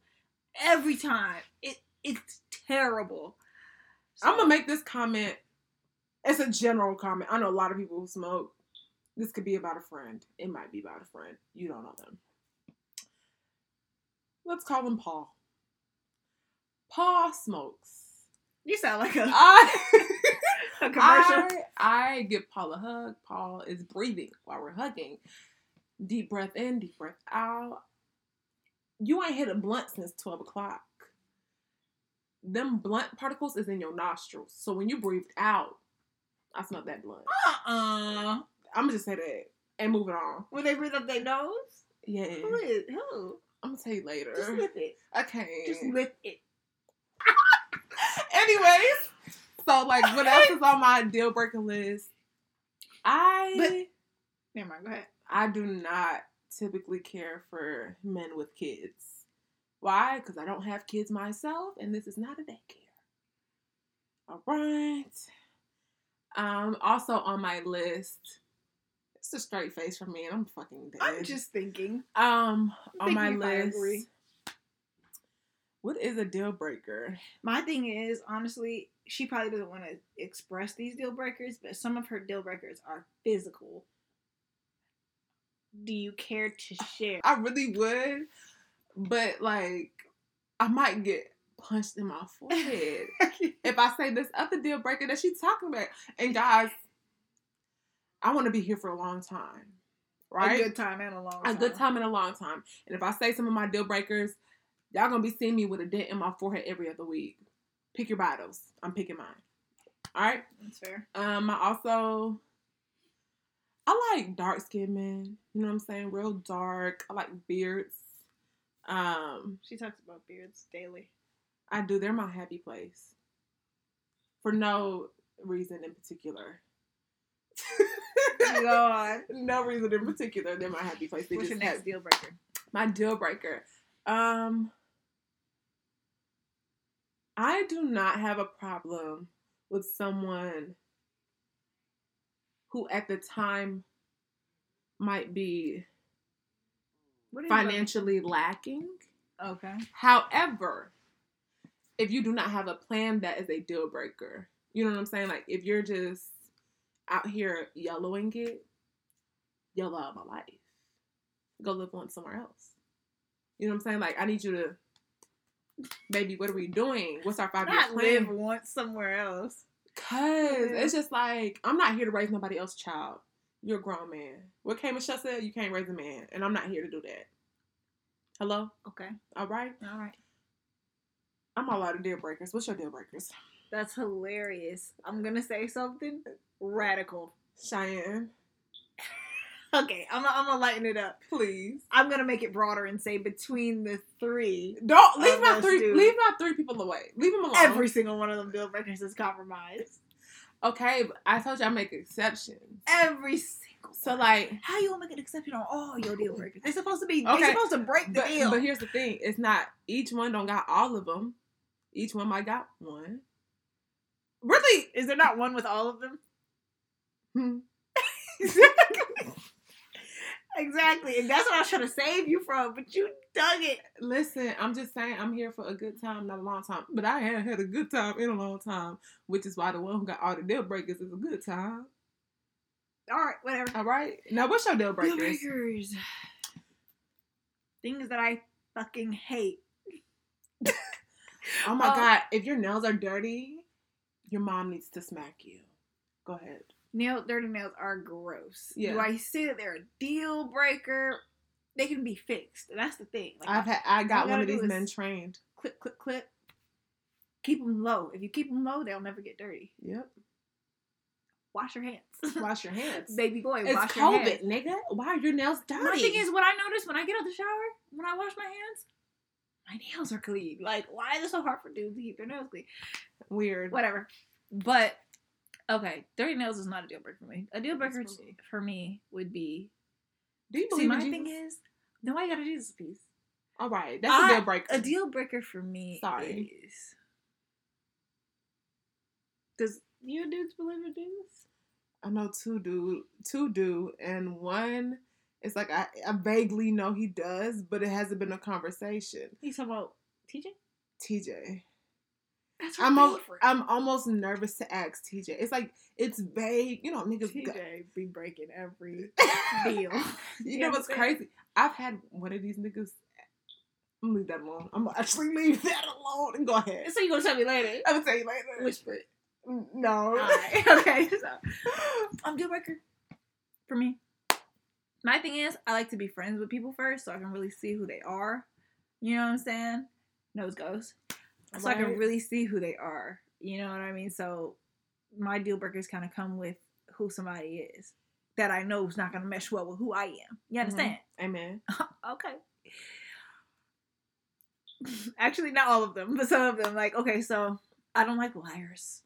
B: Every time, it it's terrible.
A: I'm gonna make this comment. It's a general comment. I know a lot of people who smoke. This could be about a friend. It might be about a friend. You don't know them. Let's call him Paul. Paul smokes.
B: You sound like a,
A: I,
B: a commercial.
A: I, I give Paul a hug. Paul is breathing while we're hugging. Deep breath in, deep breath out. You ain't hit a blunt since 12 o'clock. Them blunt particles is in your nostrils. So when you breathed out, I smelled that blunt.
B: uh-uh.
A: I'm gonna just say that and moving on.
B: When they breathe up their nose,
A: Yeah,
B: who is who?
A: I'm gonna tell you later.
B: Just lift it.
A: Okay.
B: Just lift it.
A: Anyways, so like what else is on my deal breaker list? I
B: But- Never mind. Go ahead.
A: I do not typically care for men with kids. Why? Because I don't have kids myself, and this is not a daycare. All right. Um. Also on my list, it's a straight face for me, and I'm fucking dead.
B: I'm just thinking.
A: um
B: I'm
A: on my
B: thinking if I
A: list.
B: agree.
A: What is a deal breaker?
B: My thing is, honestly, she probably doesn't want to express these deal breakers, but some of her deal breakers are physical. Do you care to share?
A: I really would, but like I might get punched in my forehead if I say this other deal breaker that she's talking about. And guys, I want to be here for a long time, right?
B: A good time and a long
A: A good time and a long time. And if I say some of my deal breakers, y'all gonna be seeing me with a dent in my forehead every other week. Pick your bottles. I'm picking mine. All right.
B: That's fair.
A: Um, I also I like dark skinned men. You know what I'm saying? Real dark. I like beards. Um,
B: She talks about beards daily.
A: I do. They're my happy place. For no reason in particular.
B: Go on.
A: no reason in particular. They're my happy place. They
B: What's
A: just
B: your next
A: have-
B: deal breaker?
A: my deal breaker. Um, I do not have a problem with someone who at the time might be
B: What are you
A: financially looking- lacking.
B: looking- Okay.
A: However, if you do not have a plan, that is a deal breaker. You know what I'm saying? Like if you're just out here yellowing it, yellow out my life. Go live on somewhere else. You know what I'm saying? Like I need you to, baby. What are we doing? What's our five year
B: Not
A: plan?
B: live once somewhere else.
A: Cause
B: Yeah.
A: it's just like I'm not here to raise nobody else's child. You're a grown man. What K Michelle said, you can't raise a man, and I'm not here to do that. Hello.
B: Okay.
A: All right.
B: All right.
A: I'm all out of deal breakers. What's your deal breakers?
B: That's hilarious. I'm gonna say something radical.
A: Cheyenne,
B: Okay. I'm gonna, I'm gonna lighten it up.
A: please
B: I'm gonna make it broader and say between the three,
A: don't leave
B: Oh,
A: my
B: let's
A: three.
B: do it.
A: Leave my three people away. Leave them alone.
B: every single one of them deal breakers is compromised.
A: okay, but I told you I make exceptions.
B: Every single.
A: So like,
B: how you gonna make an exception on all your deal breakers? They're supposed to be.
A: Okay.
B: They're supposed to break the
A: but,
B: deal.
A: but here's the thing: it's not each one don't got all of them. Each one might got one. Really,
B: is there not one with all of them?
A: Hmm.
B: Exactly, and that's what I was trying to save you from, but you dug it.
A: Listen, I'm just saying I'm here for a good time, not a long time. But I haven't had a good time in a long time, which is why the one who got all the deal breakers is a good time.
B: All right, whatever.
A: All right. Now, what's your deal breakers?
B: Deal breakers. Things that I fucking hate.
A: Oh my
B: Oh.
A: god! If your nails are dirty, your mom needs to smack you. Go ahead.
B: Nail dirty nails are gross.
A: Yeah.
B: Do I say that they're a deal breaker? They can be fixed. That's the thing. Like,
A: I've had I got
B: you
A: one
B: gotta
A: of these
B: do is-
A: men trained.
B: clip, clip, clip. Keep them low. If you keep them low, they'll never get dirty.
A: Yep.
B: Wash your hands.
A: Wash your hands.
B: Baby boy,
A: it's
B: wash your hands.
A: COVID, nigga. Why are your nails dirty?
B: My thing is, what I notice when I get out the shower, when I wash my hands, my nails are clean. Like, why is it so hard for dudes to keep their nails clean?
A: weird.
B: Whatever. But okay, dirty nails is not a deal breaker for me. A deal
A: That's
B: breaker
A: what-
B: for me would be.
A: Do you
B: See,
A: believe
B: my
A: in Jesus?
B: thing is, no, I got a Jesus piece.
A: All right, that's
B: I-
A: a deal breaker.
B: A deal breaker for me
A: Sorry.
B: is. Does you dudes believe in Jesus?
A: I know two do two do, and one it's like I, I vaguely know he does, but it hasn't been a conversation.
B: You talking about TJ?
A: TJ,
B: That's her
A: I'm al-
B: favorite.
A: I'm almost nervous to ask TJ. It's like it's vague, you know. Niggas, got-
B: TJ be breaking every deal.
A: you know what's crazy? I've had one of these niggas. I'm gonna leave that alone. I'm gonna actually leave that alone and go ahead.
B: so you gonna tell me later?
A: I'm gonna tell you later.
B: Whisper it.
A: No.
B: Alright, okay. So I'm deal breaker for me. My thing is, I like to be friends with people first, so I can really see who they are. You know what I'm saying? Nose goes. So I can
A: Right.
B: really see who they are. You know what I mean? So my deal breakers kind of come with who somebody is that I know is not gonna mesh well with who I am. You
A: Mhm.
B: understand?
A: Amen.
B: okay. Actually, not all of them, but some of them. Like, okay, so I don't like liars.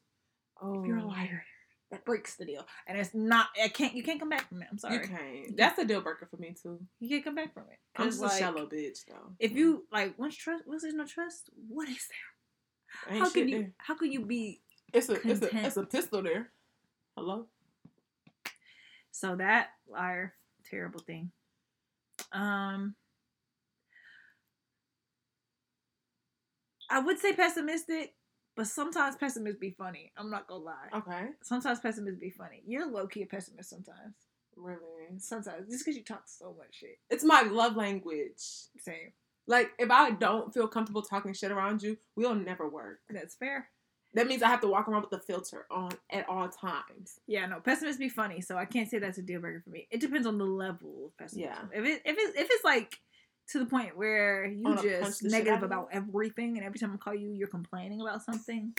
A: Oh,
B: If you're a liar, that breaks the deal, and it's not. I can't. You can't come back from it. I'm sorry.
A: You can't. That's a deal breaker for me too.
B: You can't come back from it.
A: I'm
B: 'Cause,
A: just a
B: like,
A: shallow bitch though.
B: If you like once trust, once there's no trust, what is there?
A: Ain't
B: how can
A: shit eh.
B: you?
A: there.
B: How can you be?
A: It's a it's a
B: content-
A: it's a pistol there. Hello.
B: So that liar, terrible thing. Um, I would say pessimistic, but sometimes pessimists be funny. I'm not gonna lie.
A: Okay.
B: Sometimes pessimists be funny. You're low key a pessimist sometimes.
A: Really.
B: Sometimes just because you talk so much shit.
A: It's my love language.
B: Same.
A: Like if I don't feel comfortable talking shit around you, we'll never work.
B: That's fair.
A: That means I have to walk around with the filter on at all times.
B: Yeah, no, pessimists be funny, so I can't say that's a deal breaker for me. It depends on the level of pessimism. If it if it if it's like to the point where you
A: Wanna punch
B: just
A: the shit out
B: negative
A: of you?
B: about everything, and every time I call you, you're complaining about something.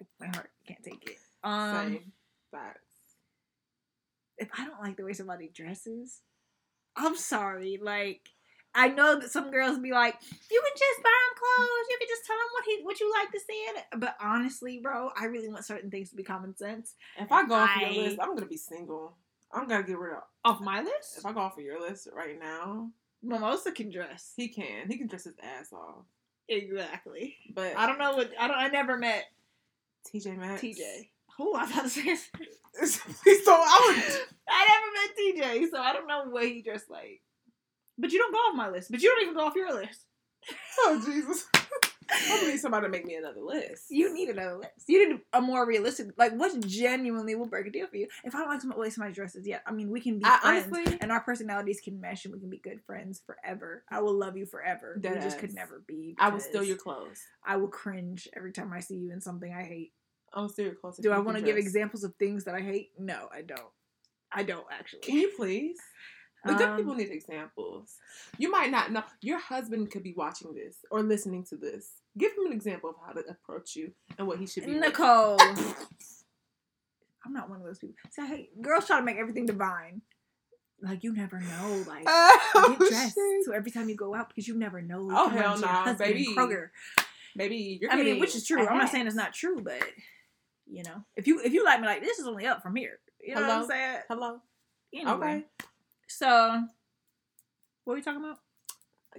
B: I, my heart can't take it. Um,
A: Same. Facts.
B: if I don't like the way somebody dresses, I'm sorry. Like, I know that some girls be like, you can just buy him clothes. You can just tell him what he what you like to see in it. But honestly, bro, I really want certain things to be common sense.
A: If I go off your
B: I-
A: list, I'm gonna be single. I'm gonna get rid of off my list. If I go off of your list right now,
B: Mimosa can dress.
A: he can. He can dress his ass off.
B: Exactly.
A: But
B: I don't know what I don't I never met
A: TJ Maxx.
B: TJ. Who I thought this
A: so I would
B: I never met TJ, so I don't know what he dressed like. But you don't go off my list. But you don't even go off your list.
A: Oh Jesus! I need somebody to make me another list.
B: You need another list. You need a more realistic, like what's genuinely will break a deal for you. If I don't like somebody, the way somebody dresses, yeah, I mean we can be
A: I
B: friends,
A: honestly,
B: and our personalities can mesh, and we can be good friends forever. I will love you forever. we just could
A: Deadass.
B: never be.
A: I will steal
B: because
A: your clothes.
B: I will cringe every time I see you in something I hate.
A: I will steal your clothes. if
B: Do
A: you
B: I
A: can
B: want to give
A: dress.
B: examples of things that I hate? No, I don't. I don't actually.
A: Can you please? The good
B: Um,
A: people need examples. You might not know. Your husband could be watching this or listening to this. Give him an example of how to approach you and what he should be. with.
B: Nicole. I'm not one of those people. See, I hate girls try to make everything divine. Like you never know. Like
A: Oh,
B: get dressed.
A: shit.
B: So every time you go out, because you never know. you
A: Oh,
B: come around
A: hell
B: to your
A: nah,
B: husband in
A: baby.
B: Kroger.
A: Baby, you're.
B: I mean,
A: getting
B: which is true. I'm not
A: ass.
B: saying it's not true, but you know, if you if you like me, like this is only up from here. You know what I'm
A: Hello?
B: saying?
A: Hello.
B: Anyway,
A: Okay.
B: so what are we talking about?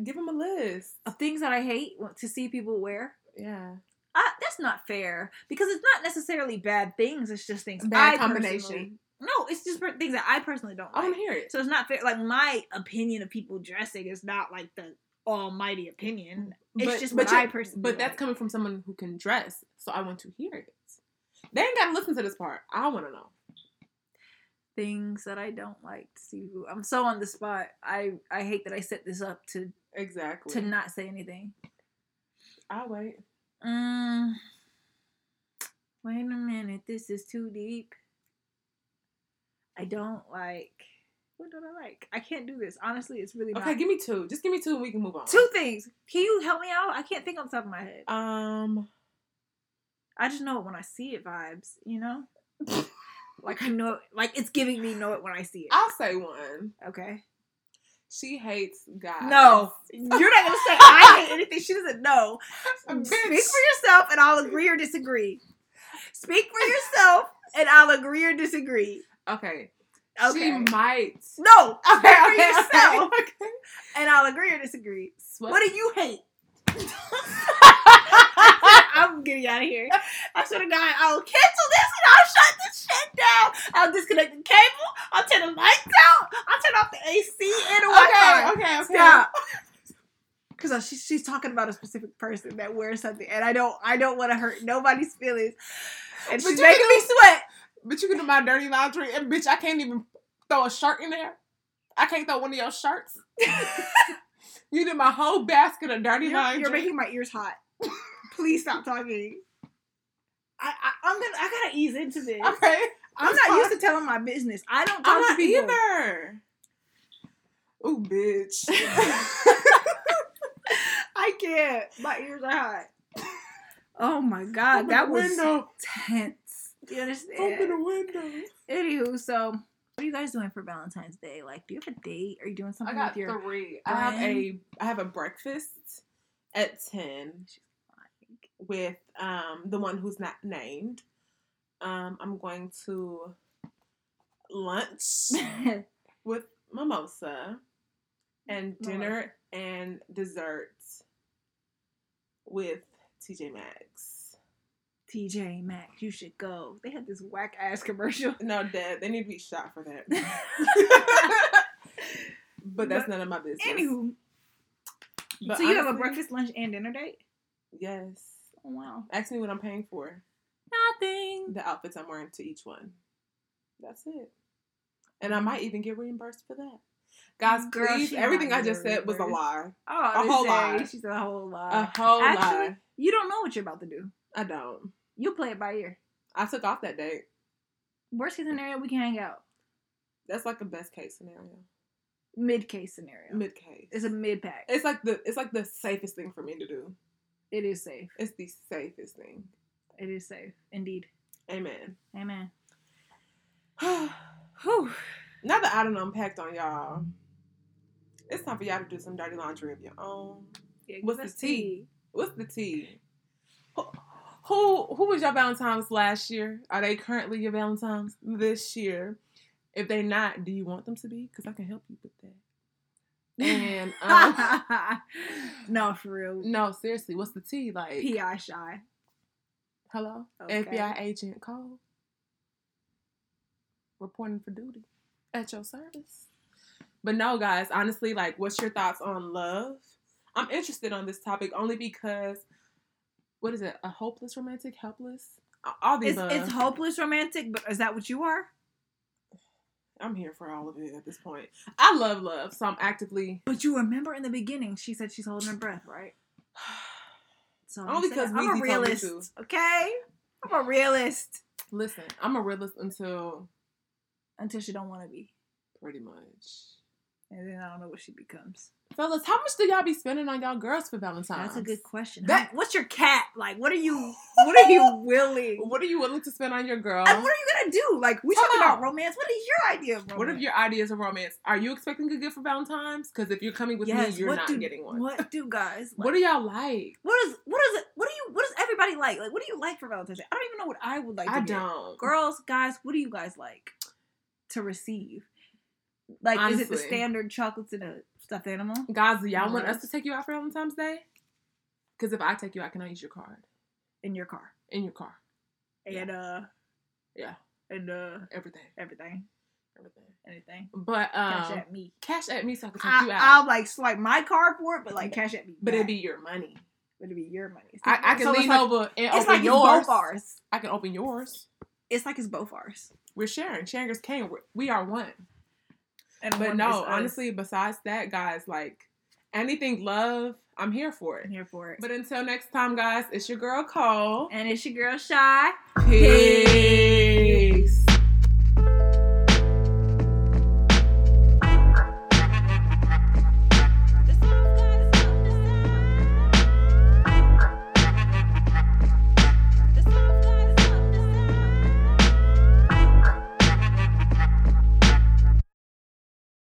A: Give him a list.
B: Of things that I hate want to see people wear.
A: Yeah.
B: I, that's not fair because it's not necessarily bad things. It's just things
A: Bad
B: I personally-
A: combination.
B: No, it's just per- things that I personally don't
A: I want
B: like.
A: to hear it.
B: So it's not fair. Like my opinion of people dressing is not like the almighty opinion. It's just what
A: you-
B: I personally
A: But that's
B: like.
A: coming from someone who can dress, so I want to hear it. They ain't gotta listen to this part. I want to know.
B: Things that I don't like to see. who- I'm so on the spot. I I hate that I set this up to
A: Exactly.
B: to not say anything.
A: I'll wait.
B: Mm, wait a minute. This is too deep. I don't like. What don't I like? I can't do this. Honestly, it's really
A: Okay,
B: not.
A: give me two. Just give me two, and we can move on.
B: Two things. Can you help me out? I can't think on top of my head.
A: Um,
B: I just know it when I see it vibes, you know? like I know like it's giving me know it when I see it.
A: I'll say one.
B: Okay.
A: She hates God.
B: No. You're not gonna say I hate anything she doesn't know.
A: Bitch.
B: Speak for yourself and I'll agree or disagree. Speak for yourself and I'll agree or disagree.
A: Okay. She
B: Okay.
A: might.
B: no,
A: Okay,
B: for
A: okay,
B: yourself.
A: okay, okay.
B: and I'll agree or disagree.
A: Sweat-
B: What do you hate? I'm getting out of here. I should have gone. I'll cancel this and I'll shut this shit down. I'll disconnect the cable. I'll turn the lights out. I'll turn off the AC and the Wi-Fi.
A: okay, okay, okay.
B: Stop. Because she, she's talking about a specific person that wears something, and I don't I don't want to hurt nobody's feelings. And
A: But
B: she's
A: you
B: making
A: can
B: me sweat.
A: But you can do my dirty laundry, and bitch, I can't even throw a shirt in there. I can't throw one of your shirts. you did my whole basket of dirty
B: You're,
A: laundry.
B: you're making my ears hot. Please stop talking. I, I I'm gonna I gotta ease into this.
A: okay,
B: I'm
A: that's
B: not
A: fine.
B: used to telling my business. I don't talk
A: I'm
B: to
A: not
B: people.
A: either. Ooh, bitch.
B: I can't. My ears are hot. Oh my god,
A: Open
B: that
A: the
B: was
A: window.
B: tense. Do you
A: Open the
B: understand?
A: window.
B: Anywho, so what are you guys doing for Valentine's Day? Like, do you have a date? Are you doing
A: I
B: something
A: got
B: with your?
A: three. I have a
B: friend?
A: I have a breakfast at ten with um the one who's not named. Um, I'm going to lunch with mimosa and dinner and dessert with TJ Maxx.
B: TJ Maxx, you should go. They had this whack ass commercial.
A: No, Dad, they need to be shot for that. but that's none of my business.
B: Anywho,
A: But
B: so you have a
A: honestly,
B: breakfast, lunch, and dinner date?
A: Yes.
B: Oh, wow,
A: Ask me what I'm paying for.
B: nothing.
A: The outfits I'm wearing to each one. That's it. And I might even get reimbursed for that. Guys,
B: Girl,
A: please,
B: she
A: everything
B: might
A: I just
B: get
A: said was a
B: reimbursed.
A: lie.
B: Oh,
A: A
B: this
A: whole Uh,
B: day,
A: lie.
B: She's a whole lot.
A: A whole
B: Actually-
A: lie.
B: you don't know what you're about to do.
A: I don't.
B: You play it by ear.
A: I took off that date.
B: Worst case scenario, we can hang out.
A: That's like the best case scenario.
B: Mid case scenario.
A: Mid case.
B: it's a mid pack.
A: It's like the it's like the safest thing for me to do.
B: It is safe.
A: It's the safest thing.
B: It is safe. Indeed.
A: Amen.
B: Amen.
A: now
B: Whew.
A: that I done unpacked on y'all, it's time for y'all to do some dirty laundry of your own.
B: Yeah,
A: What's
B: that's
A: the tea? What's the tea? Who- Who who was your Valentine's last year? Are they currently your Valentine's this year? If they not, do you want them to be? Because I can help you with that. And um,
B: no, for real.
A: no, seriously, what's the tea? Like
B: P.I. shy.
A: Hello?
B: Okay.
A: FBI agent Cole. Reporting for duty at your service. But no, guys, honestly, like, what's your thoughts on love? I'm interested on this topic only because, what is it? A hopeless romantic? Helpless? A- All these.
B: It's,
A: above.
B: it's hopeless romantic, but is that what you are?
A: I'm here for all of it at this point. I love love, so I'm actively.
B: But you remember in the beginning, she said she's holding her breath, right? So I'm
A: Only 'cause
B: saying- I'm
A: Weezy
B: a
A: told me
B: realist,
A: to.
B: okay? I'm a realist
A: Listen, I'm a realist until
B: until she don't want to be,
A: pretty much.
B: and then I don't know what she becomes.
A: Fellas, how much do y'all be spending on y'all girls for Valentine's?
B: That's a good question.
A: That-
B: How- what's your cat like? What are you? What are you willing?
A: What are you willing to spend on your girl?
B: And what are you gonna do? Like we
A: Come
B: talk
A: on.
B: about romance. What is your idea of romance?
A: What are your ideas of romance? Are you expecting a gift for Valentine's? Because if you're coming with me, you're
B: what
A: not
B: do-
A: getting one. What,
B: What do guys? Like,
A: do y'all like?
B: What is what is it? What do you? What does everybody like? Like what do you like for Valentine's Day? I don't even know what I would like. To
A: I
B: get.
A: don't.
B: Girls, guys, what do you guys like to receive? Like is it the
A: Honestly.
B: standard chocolates and a stuffed animal?
A: Guys, do y'all want
B: Yes.
A: us to take you out for Valentine's Day? Because if I take you, I cannot use your card.
B: in your car
A: In your car.
B: and uh
A: Yeah.
B: and uh
A: Everything.
B: everything
A: Everything.
B: anything
A: But um,
B: cash at me
A: cash at me so I can take you out.
B: I, will like swipe my card for it but like cash at me
A: but it'd
B: back.
A: be your money.
B: but it'd be your money
A: I, I can
B: So it's
A: lean
B: like-
A: over and
B: it's
A: open
B: like
A: yours.
B: it's both ours
A: I can open yours.
B: it's like it's both ours
A: We're sharing. Sharing is king. We're- We are one.
B: and
A: But
B: one is
A: no,
B: us.
A: honestly, besides that, guys, like anything love, I'm here for it.
B: I'm here for it
A: But until next time, guys, it's your girl Cole.
B: and it's your girl shy
A: Peace.